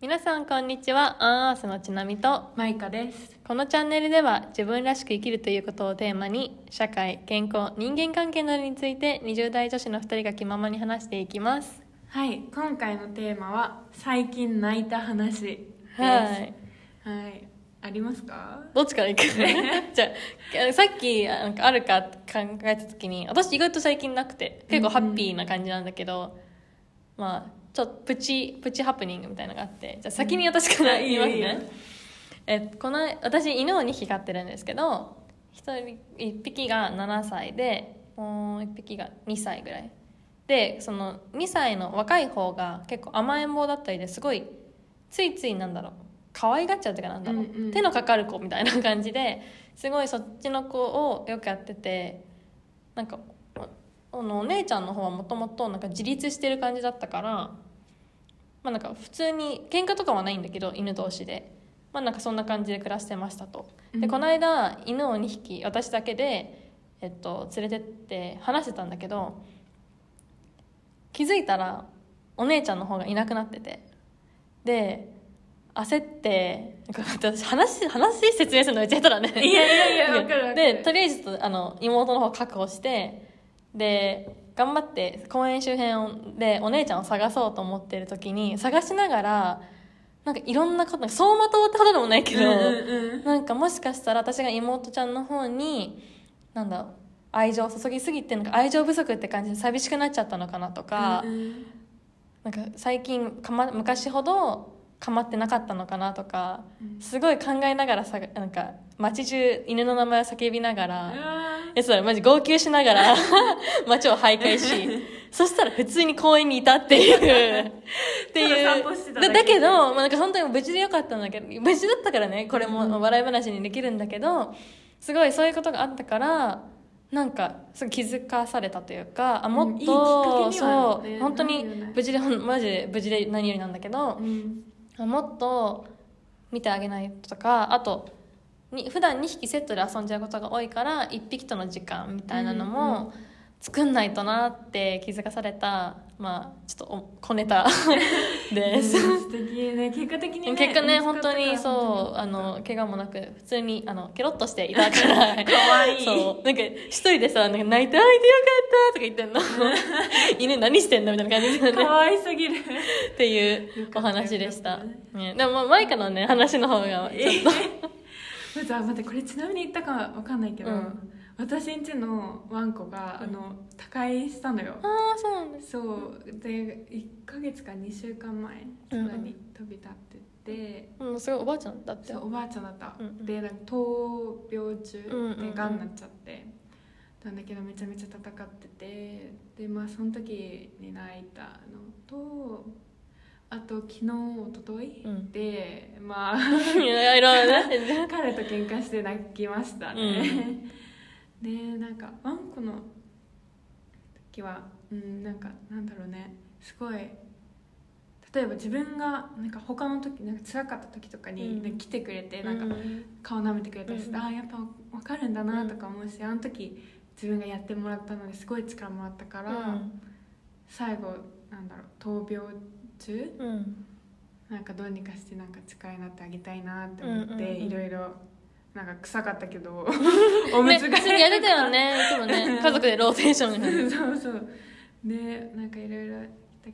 皆さんこんにちはアンアースのちなみとマイカです。このチャンネルでは自分らしく生きるということをテーマに社会健康人間関係などについて20代女子の2人が気ままに話していきますはい、今回のテーマは最近泣いた話です。はいはいありますか？どっちからいく じゃあさっきあなんかあるか考えた時に私意外と最近なくて結構ハッピーな感じなんだけど、まあちょっとプチプチハプニングみたいなのがあってじゃあ先に私からうん言いますね、いいよいいよえこの私犬を2匹飼ってるんですけど1人一匹が7歳でもう1匹が2歳ぐらいでその2歳の若い方が結構甘えん坊だったりですごいついついなんだろう可愛がっちゃうっていうかなんだろう、うんうん手のかかる子みたいな感じですごいそっちの子をよくやっててなんかおあのお姉ちゃんの方はもともとなんか自立してる感じだったから、まあ、なんか普通に喧嘩とかはないんだけど犬同士で、まあ、なんかそんな感じで暮らしてましたと。うでんこの間犬を2匹私だけで、えっと、連れてって話してたんだけど気づいたらお姉ちゃんの方がいなくなっててで焦ってなんか私話話説明するのめっちゃ下手だねいやいやいやわかるわかるでとりあえずとあの妹の方確保してで頑張って公園周辺でお姉ちゃんを探そうと思ってる時に探しながらなんかいろんなことなんか走馬灯ってほどでもないけど、うんなんかもしかしたら私が妹ちゃんの方になんだろう愛情を注ぎすぎてなんか愛情不足って感じで寂しくなっちゃったのかなとか,、うんうんなんか最近か、ま、昔ほど構ってなかったのかなとかうんすごい考えながらさなんか街中犬の名前を叫びながら。あえそうだマジ号泣しながら 街を徘徊しそしたら普通に公園にいたっていうっていうただ散歩してただだけだけど、まあ、なんか本当に無事でよかったんだけど無事だったからねこれうんも笑い話にできるんだけどすごいそういうことがあったからなんかすごい気づかされたというかあもっと、いいきっかけにはそうね本当になるよね無事でほんマジで無事で何よりなんだけど、ーうんあもっと見てあげないとかあとに普段2匹セットで遊んじゃうことが多いから1匹との時間みたいなのうんも作んないとなって気づかされた、まあちょっとお小ネ タでうす。ん素敵ね結果的にね結果ね見つか本ったか当らにそうあの怪我もなく普通にあのケロッとしていたから可愛いそうなんか一人でさ「なんか泣いて泣いてよかった」とか言ってんの 犬何してんのみたいな感じでね可愛すぎるっていう お話でしよた。かったよかね、でもまあマイカのね話の方がちょっと、まずあ待ってこれちなみに言ったかわかんないけど、うん私んちのワンコがあの他界したのよ、 ああそうなんです。そうで1ヶ月か2週間前うん空に飛び立ってて、もうすごいおばあちゃんだって。そうおばあちゃんだった、うんうんでなんか闘病中うんうんうんでがんになっちゃって、なんだけどめちゃめちゃ戦っててでまあその時に泣いたのとあと昨日おとというんでま あいやいろいろ ね。彼と喧嘩して泣きましたね、 でなんかワンコの時はうんなんかなんだろうねすごい例えば自分がなんか他の時なんか辛かった時とかうんに、なんか来てくれてなんかうん顔舐めてくれたりして、うんああやっぱ分かるんだなとか思うし、あの時自分がやってもらったのですごい力もらったから、最後なんだろう闘病中うんなんかどうにかしてなんか力になってあげたいなって思って、うんうんうんいろいろなんか臭かった けどおむね、つ普替通にえやってたよね。いつもね、家族でローテーションみたいな。そうそうねなんかいろいろだ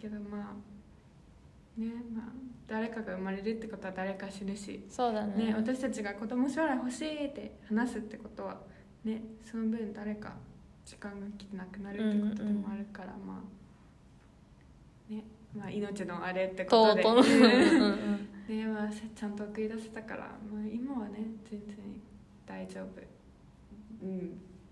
けどまあねまあ誰かが生まれるってことは誰か死ぬしそうだね。ね、私たちが子供将来欲しいって話すってことはねその分誰か時間が来てなくなるってことでもあるから、まあねまあ命のあれってことととうでとう。うんうんねうんねまあせちゃんと送り出せたから、まあ、今はね全然大丈夫、うん、っ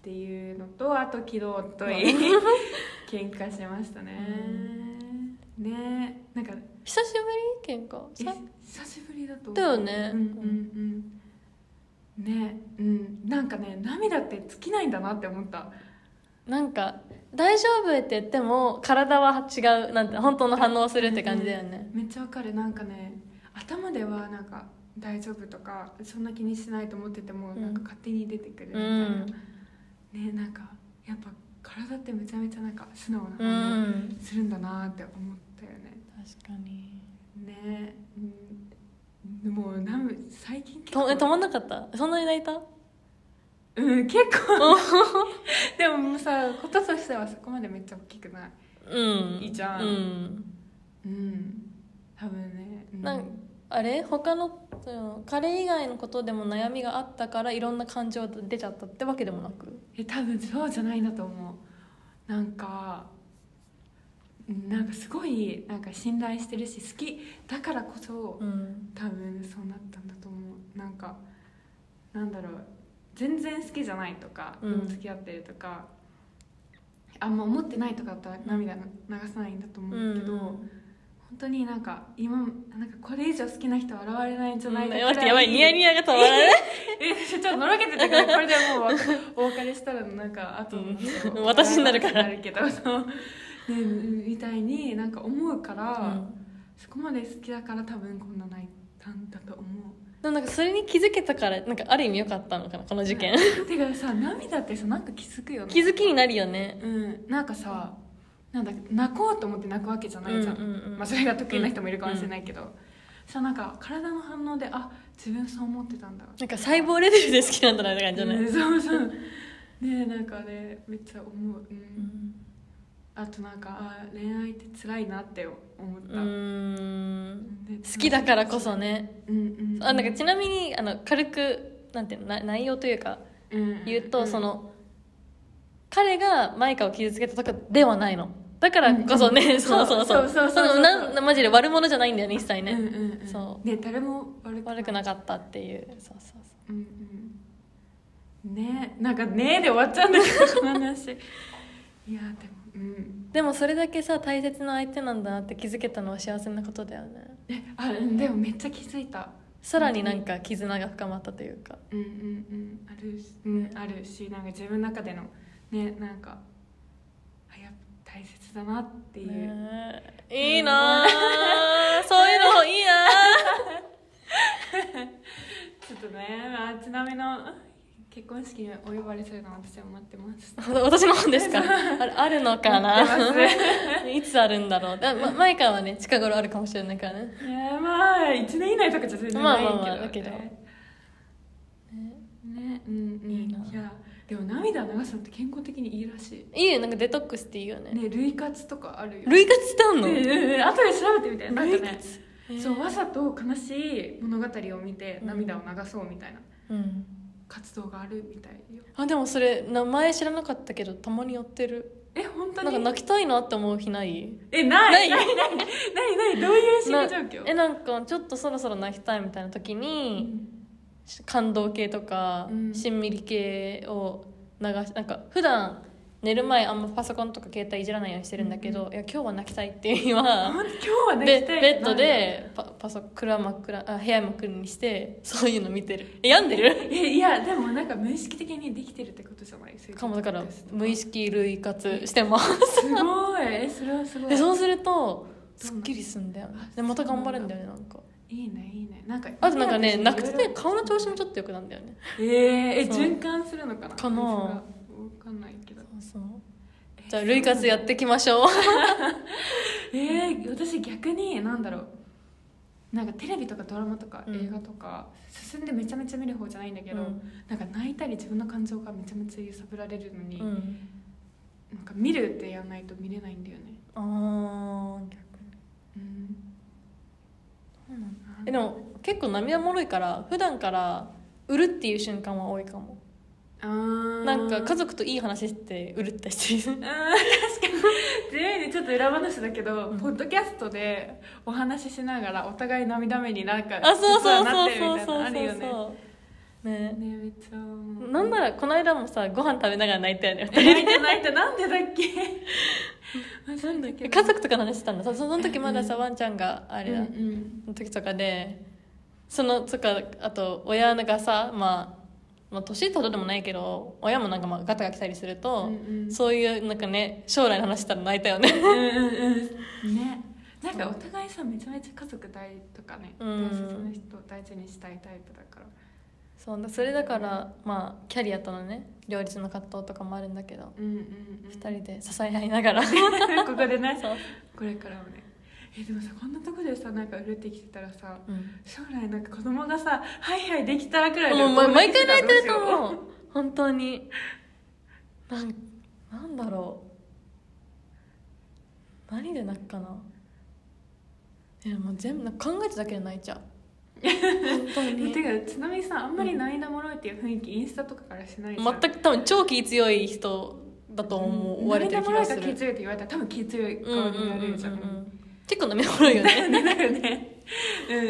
ていうのとあと昨日おとい 喧嘩しましたね、ねなんか久しぶり喧嘩。えさ久しぶりだと思うだよねうんうんうんねうんなんかね涙って尽きないんだなって思ったなんか大丈夫って言っても体は違うなんて本当の反応をするって感じだよね。めっちゃわかるなんかね頭ではなんか大丈夫とかそんな気にしないと思ってても、うんなんか勝手に出てくるみうたいな、んねなんかやっぱ体ってめちゃめちゃなんか素直なう反応んするんだなって思ったよね、確かに。ねうんもうなん最近結と構え止まんなかったそんなに泣いたうん結構 でももうさこととしてはそこまでめっちゃ大きくないうんいいじゃうんん、うん多分ね、うなんあれ他のその彼以外のことでも悩みがあったからいろんな感情が出ちゃったってわけでもなくえ多分そうじゃないんだと思うなんかなんかすごいなんか信頼してるし好きだからこそうん多分そうなったんだと思うなんかなんだろう全然好きじゃないとか、うん付き合ってるとかあんま思ってないとかだったら涙流さないんだと思うけど、本当になんか今なんかこれ以上好きな人は現れないんじゃないかくら待ってやばいニヤニヤが止まらないえちょっとのろけてたからこれでもうお別れしたらなんか後の人うん私になるからなるけどそう、ね、みたいになんか思うから、そこまで好きだから多分こんな泣いたんだと思ううん、なんかそれに気づけたからなんかある意味良かったのかなこの事件てかさ涙ってさなんか気づくよね気づきになるよねうんなんかさなんだ泣こうと思って泣くわけじゃないじゃん、うんうんうんまあ、それが得意な人もいるかもしれないけど、さなんか体の反応であ自分そう思ってたんだなんか細胞レベルで好きなんだなって感じじゃない、ねそうそうねなんかねめっちゃ思う、うん、あとなんかあ恋愛って辛いなって思っうた、ーんで好きだからこそね、うんうんあなんかちなみにあの軽くなんていうのな内容というか言うと、その彼がマイカを傷つけたとかではないのだからこそね、うんうんそうそうそうそうそうそうそうのなんマジで悪者じゃないんだよね一切ね、うんね、うんうん、そね誰も悪く悪くなかったっていうそうそうそうんうんねなんか「ね」で終わっちゃうんだけどこの話いやでもうんうでもそれだけさ大切な相手なんだなって気づけたのは幸せなことだよねえあうんでもめっちゃ気づいたさらになんか絆が深まったというかうんうんうんあるし、うん、あるしなんか自分の中でのねなんかあやっぱ大切だなっていう、ねえいいなあそういうのいいな ちょっとね、まあ、ちなみの結婚式にお呼ばれするのは私は待ってます。 あ私の本です かあるあるのかな いつあるんだろうだま前からはね近頃あるかもしれないからねいやまあ一年以内とかじゃ全然まなあいまあまあけだどね。ね、うんうん、いいないやでも涙流すのって健康的にいいらしいいよなんかデトックスっていいよい。ねね、類活とかあるよ。類活してあんの、ねねね後で調べてみたいな。なんかね、えーそうわざと悲しい物語を見てうん涙を流そうみたいなうん活動があるみたいよ。あでもそれ名前知らなかったけどたまにやってるえ本当なんかに。泣きたいなって思う日ないえないなないいないないないどういう心理状況？えなんかちょっとそろそろ泣きたいみたいな時うに、ん感動系とか、うんしんみり系を流しなんか普段寝る前あんまパソコンとか携帯いじらないようにしてるんだけど、いや今日は泣きたいっていう日あは 本当今日はベね行きたいベッドでパパソ暗真っ暗あ部屋真っ暗にしてそういうの見てるえ病んでるえいやでもなんか無意識的にできてるってことじゃないそういうかもだからことですと無意識類活してますすごいえそれはす ごでいそうするとすそうっなんだきりすんだよねあでまた頑張るんだよねなんかいいねいいねなんかあとなんかね泣くとねいろいろ顔の調子もちょっと良くなるんだよねえー、えそう循環するのかなかなわかんないけどそうそうじゃあ類活やっていきましょうえー、私逆になんだろうなんかテレビとかドラマとかうん映画とか進んでめちゃめちゃ見る方じゃないんだけど、なんか泣いたり自分の感情がめちゃめちゃ揺さぶられるのに、うんなんか見るってやんないと見れないんだよねあー逆にうんえでも結構涙もろいから普段から売るっていう瞬間は多いかもあーなんか家族といい話して売るってしてうる ん確かに自由にちょっと裏話だけど、うんポッドキャストでお話ししながらお互い涙目になんかあそう実そうはなそっうてるそうみたいなのそあうるよねそうねねめっちゃ思うなんならこの間もさご飯食べながら泣いたよねえ泣いて泣いてなんでだっけなんだっ 家け族とかの話してたんだそその時まださ、ワンちゃんがああれだ、うんうんの時とかでそのとかあと親がさ、まあ、まあ年とでもないけど親もなんかまあガタが来たりすると、うんうんそういうなんかね将来の話したら泣いたよ ねうんうんうんねなんかお互いさめちゃめちゃ家族大とかね、うん大切な人を大事にしたいタイプだからそうだそれだからまあキャリアとのね両立の葛藤とかもあるんだけど うんうん、うん、 二人で支え合いながらそうここでねこれからもねえでもさこんなとこでさなんか売れてきてたらさうん将来なんか子供がさ「はいはいできた」くらいもう毎毎回泣いてるとも思う本当になんなんだろう何で泣くかなえもう全部なんか考えてただけで泣いちゃう本当にてかちなみにさあんまり涙もろいっていう雰囲気インスタとかからしないじゃ ん全く多分超気強い人だと思うんわれてる気がす涙もろいから気る強いって言われたら多分気強いうんうんうん顔にうなれんうるじゃんん結構涙もろいよ だねよねだよね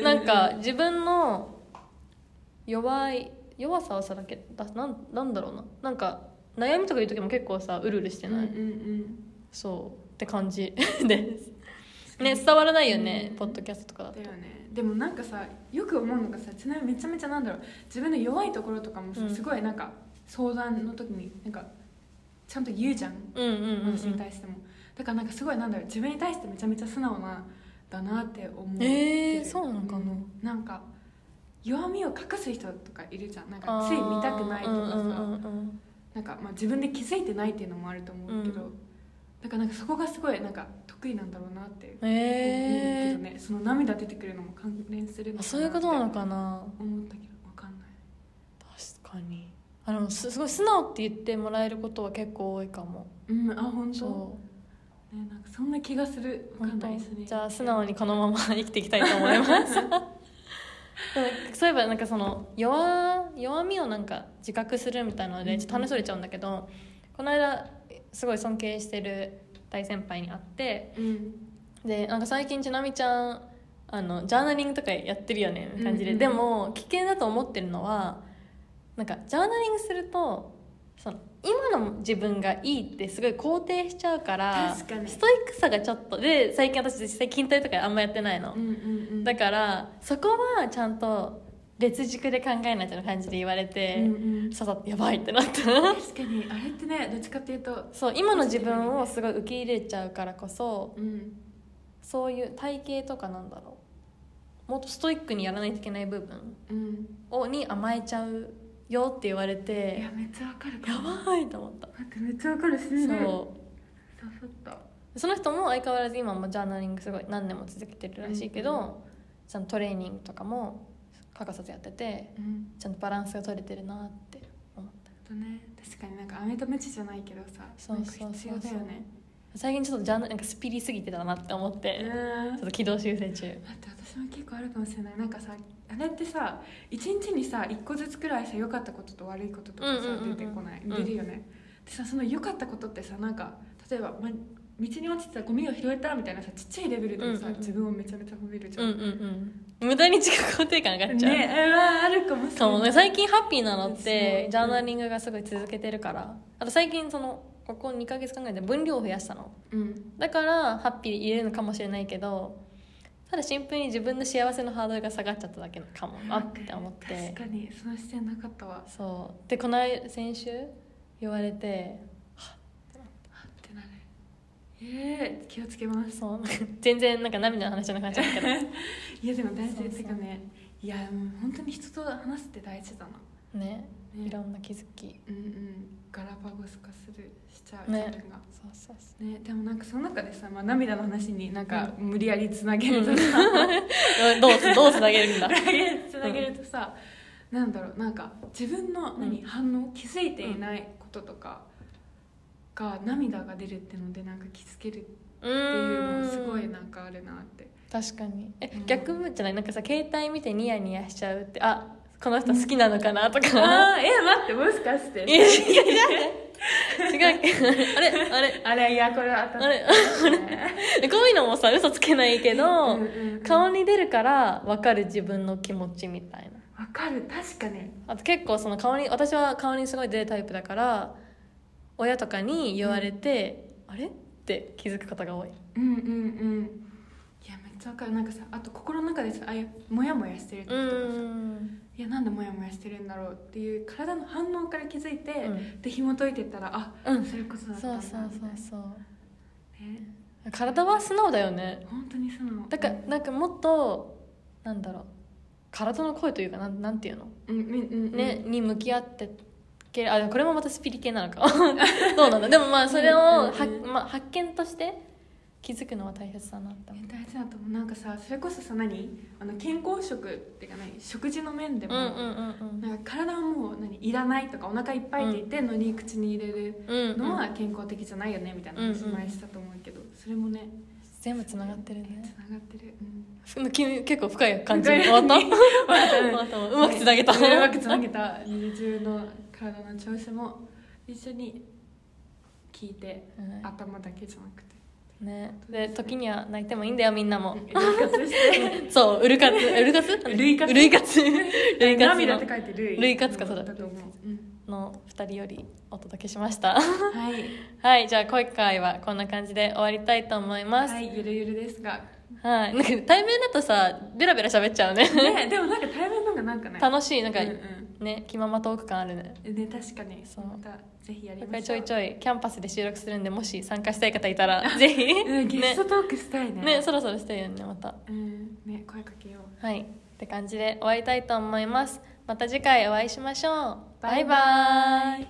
うなんか自分の弱い弱さをさだけだなんなんだろうななんか悩みとかいう時も結構さうるうるしてうんうなんい、うんそうって感じ ですね伝わらないよね、うんポッドキャストとかだとだよねでもなんかさよく思うのがさちなみにめちゃめちゃなんだろう自分の弱いところとかもさ、うんすごいなんか相談の時になんかちゃんと言うじゃんうんうんうん、うん私に対しても、だからなんかすごいなんだろう自分に対してめちゃめちゃ素直なだなって思うえーそうなのかななんか弱みを隠す人とかいるじゃんなんあかーつい見たくないとかさ、うんうんうんなんかまあ自分で気づいてないっていうのもあると思うけど、うんだからなんかそこがすごいなんか得意なんだろうなっうてん思うけえどねその涙出てくるのも関連するのー、あかなそういうことなのかなって思ったけどわかんない確かにあのすすごい素直って言ってもらえることは結構多いかもうんあ本当そうねなんかそんな気がするわか本んな当いですねじゃあ素直にこのまま生きていきたいと思います でもそういえばなんかその弱弱みをなんか自覚するみたいなのうでんちょっと話それちゃうんだけど、この間すごい尊敬してる大先輩に会ってうんでなんか最近ちなみちゃんあのジャーナリングとかやってるよねみたいな感じで、うんうんでも危険だと思ってるのはなんかジャーナリングするとその今の自分がいいってすごい肯定しちゃうから確かにストイックさがちょっとで最近私実際筋トレとかあんまやってないのう、んうんうんだからそこはちゃんと別軸で考えないって感じで言われて、うんうんささやばいってなった 確かにあれってねどっちかっていうとそう今の自分をすごい受け入れちゃうからこそうんそういう体型とかなんだろうもっとストイックにやらないといけない部分うんをに甘えちゃうよって言われいてやめっちゃわかるかやもばいと思った、待ってめっちゃわかるしんそ刺さったうその人も相変わらず今もジャーナリングすごい何年も続けてるらしいけど、うんちゃんとトレーニングとかも欠かさずやっててうんちゃんとバランスが取れてるなって思ったあとね確かになんか飴とムチじゃないけどさそうそうそうそうなんか必要だよね最近ちょっとジャーナなんかスピリすぎてたなって思って、ちうんょっと軌道修正中待って私も結構あるかもしれないなんかさあれってさ一日にさ一個ずつくらいさ良かったことと悪いこととかさ、うんうんうんうん出てこないうん出るよね、でさその良かったことってさなんか例えば、ま、道に落ちてたゴミを拾えたみたいなさちっちゃいレベルでもさ、うんうんうん自分をめちゃめちゃ褒めるじゃうんうんうん無駄に自己肯定感上がっちゃう、ねうわあるかもしれないそうね最近ハッピーなのっそてうジャーナリングがすごい続けてるからあと最近そのここ2ヶ月間ぐらいで分量を増やしたのうんだからハッピー入れるのかもしれないけどただシンプルに自分の幸せのハードルが下がっちゃっただけかもなって思って確かにその視点なかったわはそうでこの間先週言われてってなるええ気をつけますそう全然なんか涙の話じゃなくなっちゃったけど いやでも大事そうそうてかねいやもう本当に人と話すって大事だな、ねねいろんな気づきうんうんガラパゴス化するしちゃう、ね自分がそうそうそねでもなんかその中でさ、まあ、涙の話になんか無理やりつなげるとさ、 うどうどうつなげるんだつなげるとさ、なんだろうなんか自分の何、うん反応気づいていないこととかが涙が出るってのでなんか気づけるってういうーのんもすごいなんかあるなって確かにえ、うん逆じゃないなんかさ携帯見てニヤニヤしちゃうってあこの人好きなのかなとか、あーえ待ってもしかしえて いやいやいや違うあれあれあれいやこれは当たあっれ たねえこういうのもさ嘘つけない けど、うんうんうん顔に出るから分かる自分の気持ちみたいなわかる確かにあと結構その顔に私は顔にすごい出るタイプだから親とかに言われて、あれって気づくことが多いうんうんうんいやめっちゃわかるなんかさあと心の中でさあやもやもやしてる時とうかさ、んいやなんでもやもやしてるんだろうっていう体の反応から気づいて、うんで紐解いてったらあうんそういうことだったんそだうそうそうみそうたいなね体は素直だよね本当にそのだからなんかもっとなんだろう体の声というかなんなんていうの、うんうんうんねに向き合ってけあでもこれも またスピリ系なのかどうなんだでもまあそれをは、うんうんうんまあ、発見として気づくのは大切だなって思う大事だと思うなんかさそれこそさ何あの健康食っていうか何食事の面でも、うんうんうんなんか体はもう何いらないとかお腹いっぱいって言ってのに口に入れるうんうんのは健康的じゃないよねみたいな話前したと思うけどそれもね全部つながってるねつながってる、うん、き結構深い感じ深い終わった終終わわっったうまくつなげた ねうまくつなげた二重の体の調子も一緒に聞いてうん頭だけじゃなくてねで時には泣いてもいいんだよみんな もうん復活してそうウル活ウル活ルイ活ルイ活ルイ活の涙って書いてるルイ活かそうだだと思う、うんの2人よりお届けしましたはい はいじゃあ今回はこんな感じで終わりたいと思いますははいい、ゆるゆるですが。 なんか対面だとさベラベラ喋っちゃうねね、でもなんか対面の方がなんかね。 楽しいなんか、うんうね気ままトーク感あるねん。ね、確かに。そうまた、ぜひやり今ま回しちょょう。いちょいキャンパスで収録するんでもし参加したい方いたらぜひうん、ゲねストトークしたいね。ねそろそろしたいよねまたうん、ね、声かけよう。はいって感じで終わりたいと思いますまた次回お会いしましょうバイバイ